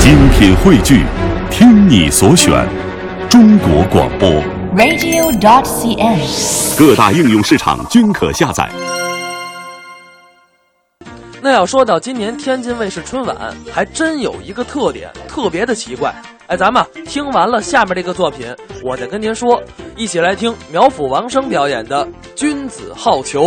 精品汇聚，听你所选，中国广播。 radio.cn。各大应用市场均可下载。那要说到今年天津卫视春晚，还真有一个特点，特别的奇怪。哎，咱们啊听完了下面这个作品，我再跟您说，一起来听苗阜、王声表演的《君子好逑》。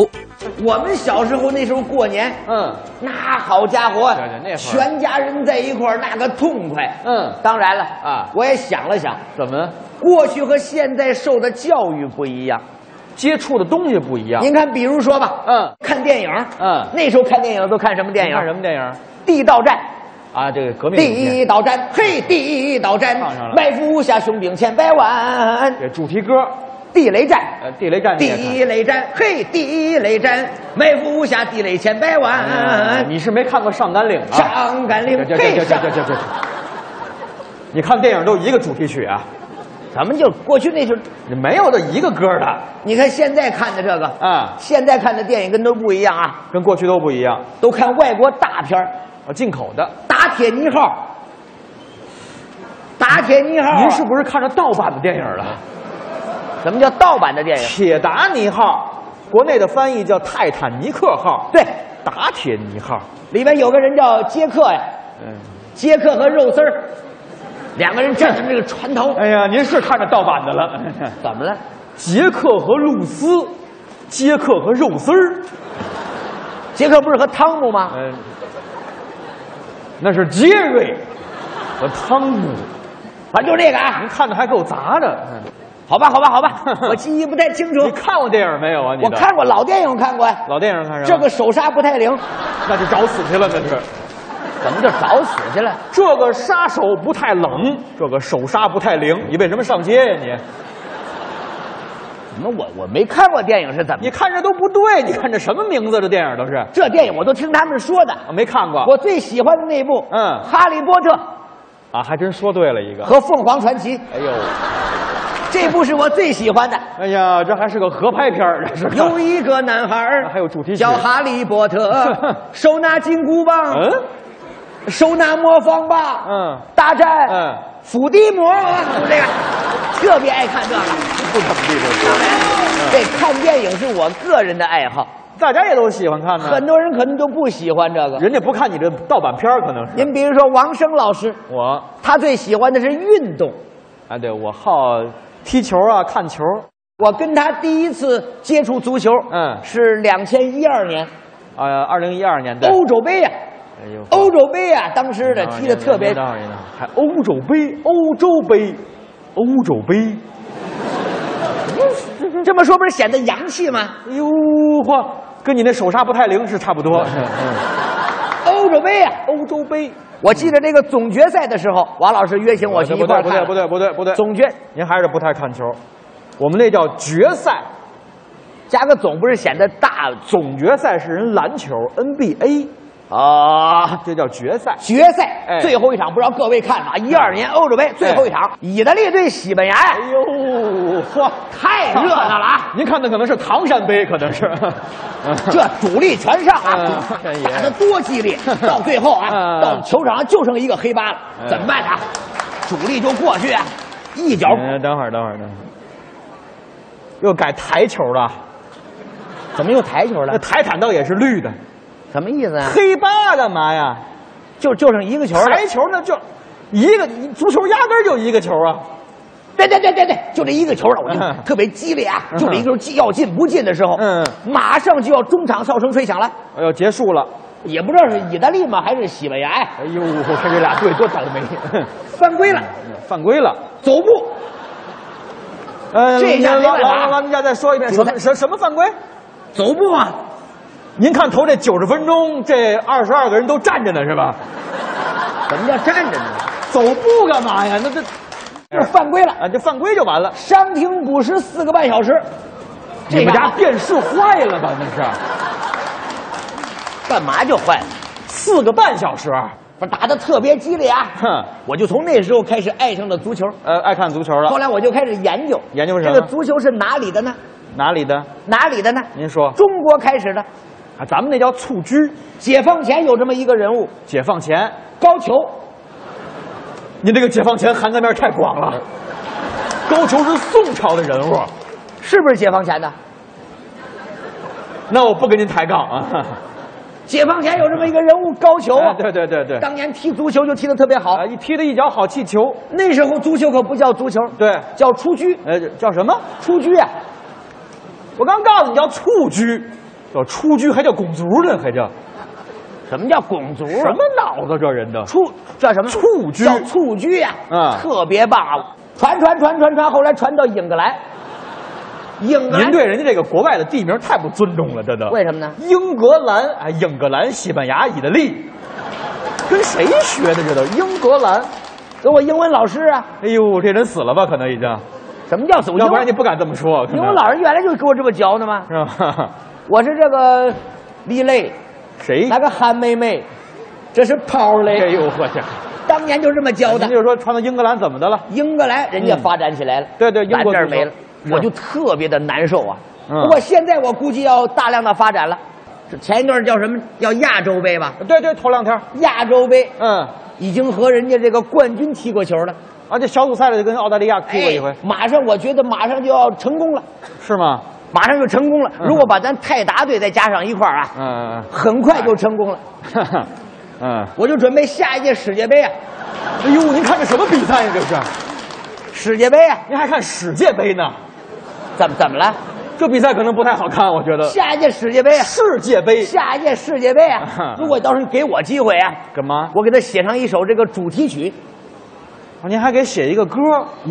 我们小时候那时候过年，嗯，那好家伙，对对那会儿全家人在一块儿那个痛快。嗯当然了啊我也想了想，怎么过去和现在受的教育不一样。接触的东西不一样？您看，比如说吧，嗯看电影，嗯那时候看电影都看什么电影？看什么电影？地道战。啊，这个革命影第一片道战，嘿，第一道战唱上，了埋伏下雄兵千百万。这主题歌，地雷战，呃，地雷战你也看地雷战，嘿，地雷战，埋伏下地雷千百哎万。你是没看过《上甘岭》啊？上甘岭这这这这上这这这，你看电影都一个主题曲啊，咱们就过去那时候，你没有的一个歌的你看现在看的这个，啊，现在看的电影跟都不一样啊，跟过去都不一样。都看外国大片儿啊，进口的，打铁尼号》，打铁尼号》啊。您是不是看着盗版的电影了？什么叫盗版的电影《铁达尼号》，国内的翻译叫《泰坦尼克号》，对，打铁尼号，里边有个人叫杰克呀，嗯，杰克和肉丝儿，两个人站在那个船头，哎呀，您是看着盗版的了。怎么了？杰克和露丝，杰克和肉丝儿，杰克不是和汤姆吗？嗯，那是杰瑞和汤姆，反正就这个啊嗯您，看的还够杂的。好吧，好吧，好 吧，我记忆不太清楚你，看过电影没有啊？你我的看过老电影，看过呀。老电影看什这么？个手刹不太灵，那就找死去了，那是。怎么就找死去了？这个杀手不太冷，这个手刹不太灵，你为什么上街呀、怎么我我没看过电影是怎么你？你？看这都不对，你看这什么名字？这电影都是这电影我都听他们说的。啊没看过我最喜欢的那部，嗯《哈利波特》啊，还真说对了一个。和《凤凰传奇》哎呦，这部是我最喜欢 的。哎呀，这还是个合拍片儿，这是有一个男孩儿，还有主题曲叫哈利波特， 手拿金箍棒，嗯手拿魔方棒，嗯，大战嗯伏地魔，啊就这个特别爱看这个。 不怎么嗯地这是。这看电影是我个人的爱好，大家也都喜欢看呢。很多人可能都不喜欢这个。嗯人家不看你这盗版片儿，可能是您比如说王声老师，我他最喜欢的是运动。啊，对我好踢球啊，看球。我跟他第一次接触足球，嗯是两千一二年呃，二零一二年的欧洲杯呀、哎呦欧洲杯呀、当时嗯的踢的特别，当然还欧洲杯、欧洲杯、欧洲杯。这么说不是显得洋气吗？哎呦嚯，跟你那手刹不太灵是差不多。 欧洲杯呀、欧洲杯，我记得这个总决赛的时候，王老师约请我去一 不块对儿不看对了，不对不对不对，总决您还是不太看球。我们那叫决赛，加个总不是显得大总决赛是人篮球 NBA，啊？这叫决赛。决赛、哎最后一场，不知道各位看了啊？一二年欧洲杯最后一场，意大利对西班牙呀，哎呦，嚯，太 热闹了啊！您看的可能是唐山杯，可 能是。 这主力全上啊 嗯，真爷打得多激 烈！到最后啊，嗯到球场上就剩一个黑八了，嗯怎么办啊？主力就过去啊，一脚 嗯，等会儿，等会儿，等会儿，又改台球了。怎么又抬球 那？台毯倒也是绿的，什么意思啊？黑八干嘛呀？就就剩一个球了。台球那就一个，足球压根儿就一个球啊。对对对对对，就这一个球了，我嗯就特别激烈啊！嗯就这一个球既要进不进的时候，嗯马上就要中场哨声吹响了，哎呦，结束了。也不知道是意大利吗还是西班牙呀，哎呦，我看这俩队多倒霉，犯规了，犯规了。走步。呃，这下没老办法老老您家再说一遍，什么什什么犯规？走步啊！您看头这九十分钟，这二十二个人都站着呢，是吧？怎么叫站着呢？走步干嘛呀？那这这犯规了，啊，这犯规就完了。伤停补时四个半小时。你这们个家啊电视坏了吧？那是干嘛就坏了？四个半小时。不是打得特别激烈 啊！哼，我就从那时候开始爱上了足球，呃，爱看足球后了，来我就开始研究研究什这么个足球是哪里的呢？哪里的？哪里的呢？您说中国开始的，啊，咱们那叫蹴鞠，解放前有这么一个人物，解放前高俅，您这个解放前涵盖面太广了。高俅是宋朝的人物，是不是解放前的？那我不跟您抬杠啊。解放前有这么一个人物 高俅啊哎，对对对对，当年踢足球就踢得特别好啊，。一踢了一脚好气球。那时候足球可不叫足球，对叫蹴鞠。呃，叫什么？蹴鞠啊，我刚告诉你叫蹴鞠，叫蹴鞠，还叫拱足呢，还叫什么叫拱足？什么脑子这人的？蹴叫什么？蹴鞠叫蹴鞠呀、嗯特别棒啊！传传传传传，后来传到英格兰，英格兰您对人家这个国外的地名太不尊重了，真的。为什么呢？英格兰，哎，英格兰、西班牙、意大利，跟谁学的这都？英格兰，跟我英文老师啊，哎呦，这人死了吧？可能已经，什么叫走？要不然你不敢这么说。可英能文老师原来就给我这么教的吗？是吧？我是这个丽类，谁？来个韩妹妹，这是泡哎嘞，呦，我去！当年就这么教的您。就说传到英格兰怎么的了？英格兰人家嗯发展起来了，对对英咱国这儿足球没了，是我就特别的难受啊。嗯不过现在我估计要大量的发展了。这前一段叫什么？叫亚洲杯吧？对对，头两天，亚洲杯嗯，已经和人家这个冠军踢过球了，而且小组赛里就跟澳大利亚踢过一回哎，马上我觉得马上就要成功了，是吗？马上就成功了。嗯如果把咱泰达队再加上一块儿啊，嗯很快就成功了。嗯嗯 嗯。我就准备下一届世界杯啊，哎呦，您看这什么比赛呀、这是？世界杯啊，您还看世界杯呢？怎么怎么了？这比赛可能不太好看，我觉得。下一届世界杯啊，世界杯下一届世界杯啊啊！如果到时候给我机会啊，干嘛？我给他写上一首这个主题曲。您还给写一个歌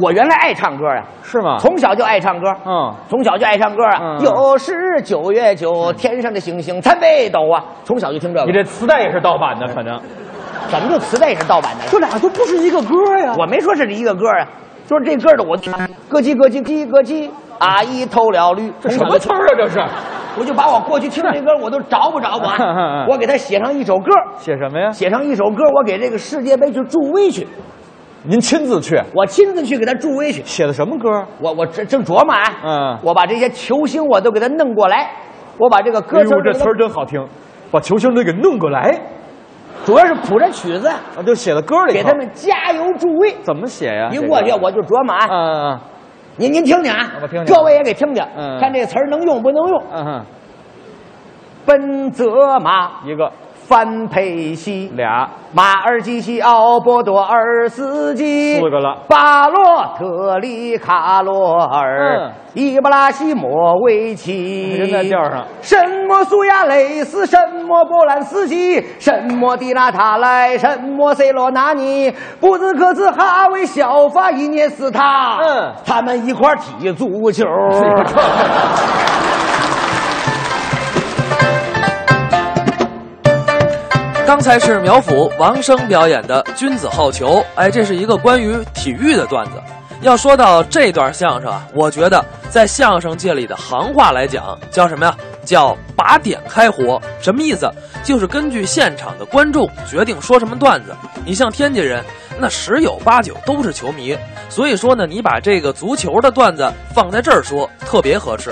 我原来爱唱歌呀、是吗？从小就爱唱歌，嗯从小就爱唱歌啊。嗯有是九月九，天上的星星参北斗啊，从小就听这个。你这磁带也是盗版的，可能。怎么就磁带也是盗版的了？这俩都不是一个歌呀我没说是一个歌啊，就是这歌的我，咯叽咯叽叽咯叽，阿姨偷了驴。这什么词儿啊？这是我就把我过去听这歌我都找不着我嗯嗯啊，嗯我给他写上一首歌，写什么呀？写上一首歌，我给这个世界杯去助威去，您亲自去我亲自去给他助威去。写的什么歌？我我正正琢磨啊，嗯我把这些球星我都给他弄过来，我把这个歌词儿哎这给词他儿真好听，把球星都给弄过来，主要是谱着曲子，啊，就写到歌里头。给他们加油助威。怎么写呀？一过去啊这个我就琢磨嗯啊，嗯您您听听啊，我听听各位也给听听，嗯看这词儿能用不能用。嗯嗯奔泽马，嗯，一个范佩西，俩马尔基西奥波多尔斯基，四个了巴洛特利、卡罗尔嗯、哎伊布拉希莫维奇，人在调上什么苏亚雷斯，什么波兰斯基，什么迪拉塔莱，什么塞罗纳尼，布兹克茨、哈维、小法、伊涅斯塔，嗯他们一块儿踢足 球。刚才是苗阜、王声表演的《君子好逑》，哎，这是一个关于体育的段子。要说到这段相声啊，我觉得在相声界里的行话来讲，叫什么呀？叫把点开火。什么意思？就是根据现场的观众决定说什么段子。你像天津人，那十有八九都是球迷，所以说呢，你把这个足球的段子放在这儿说，特别合适。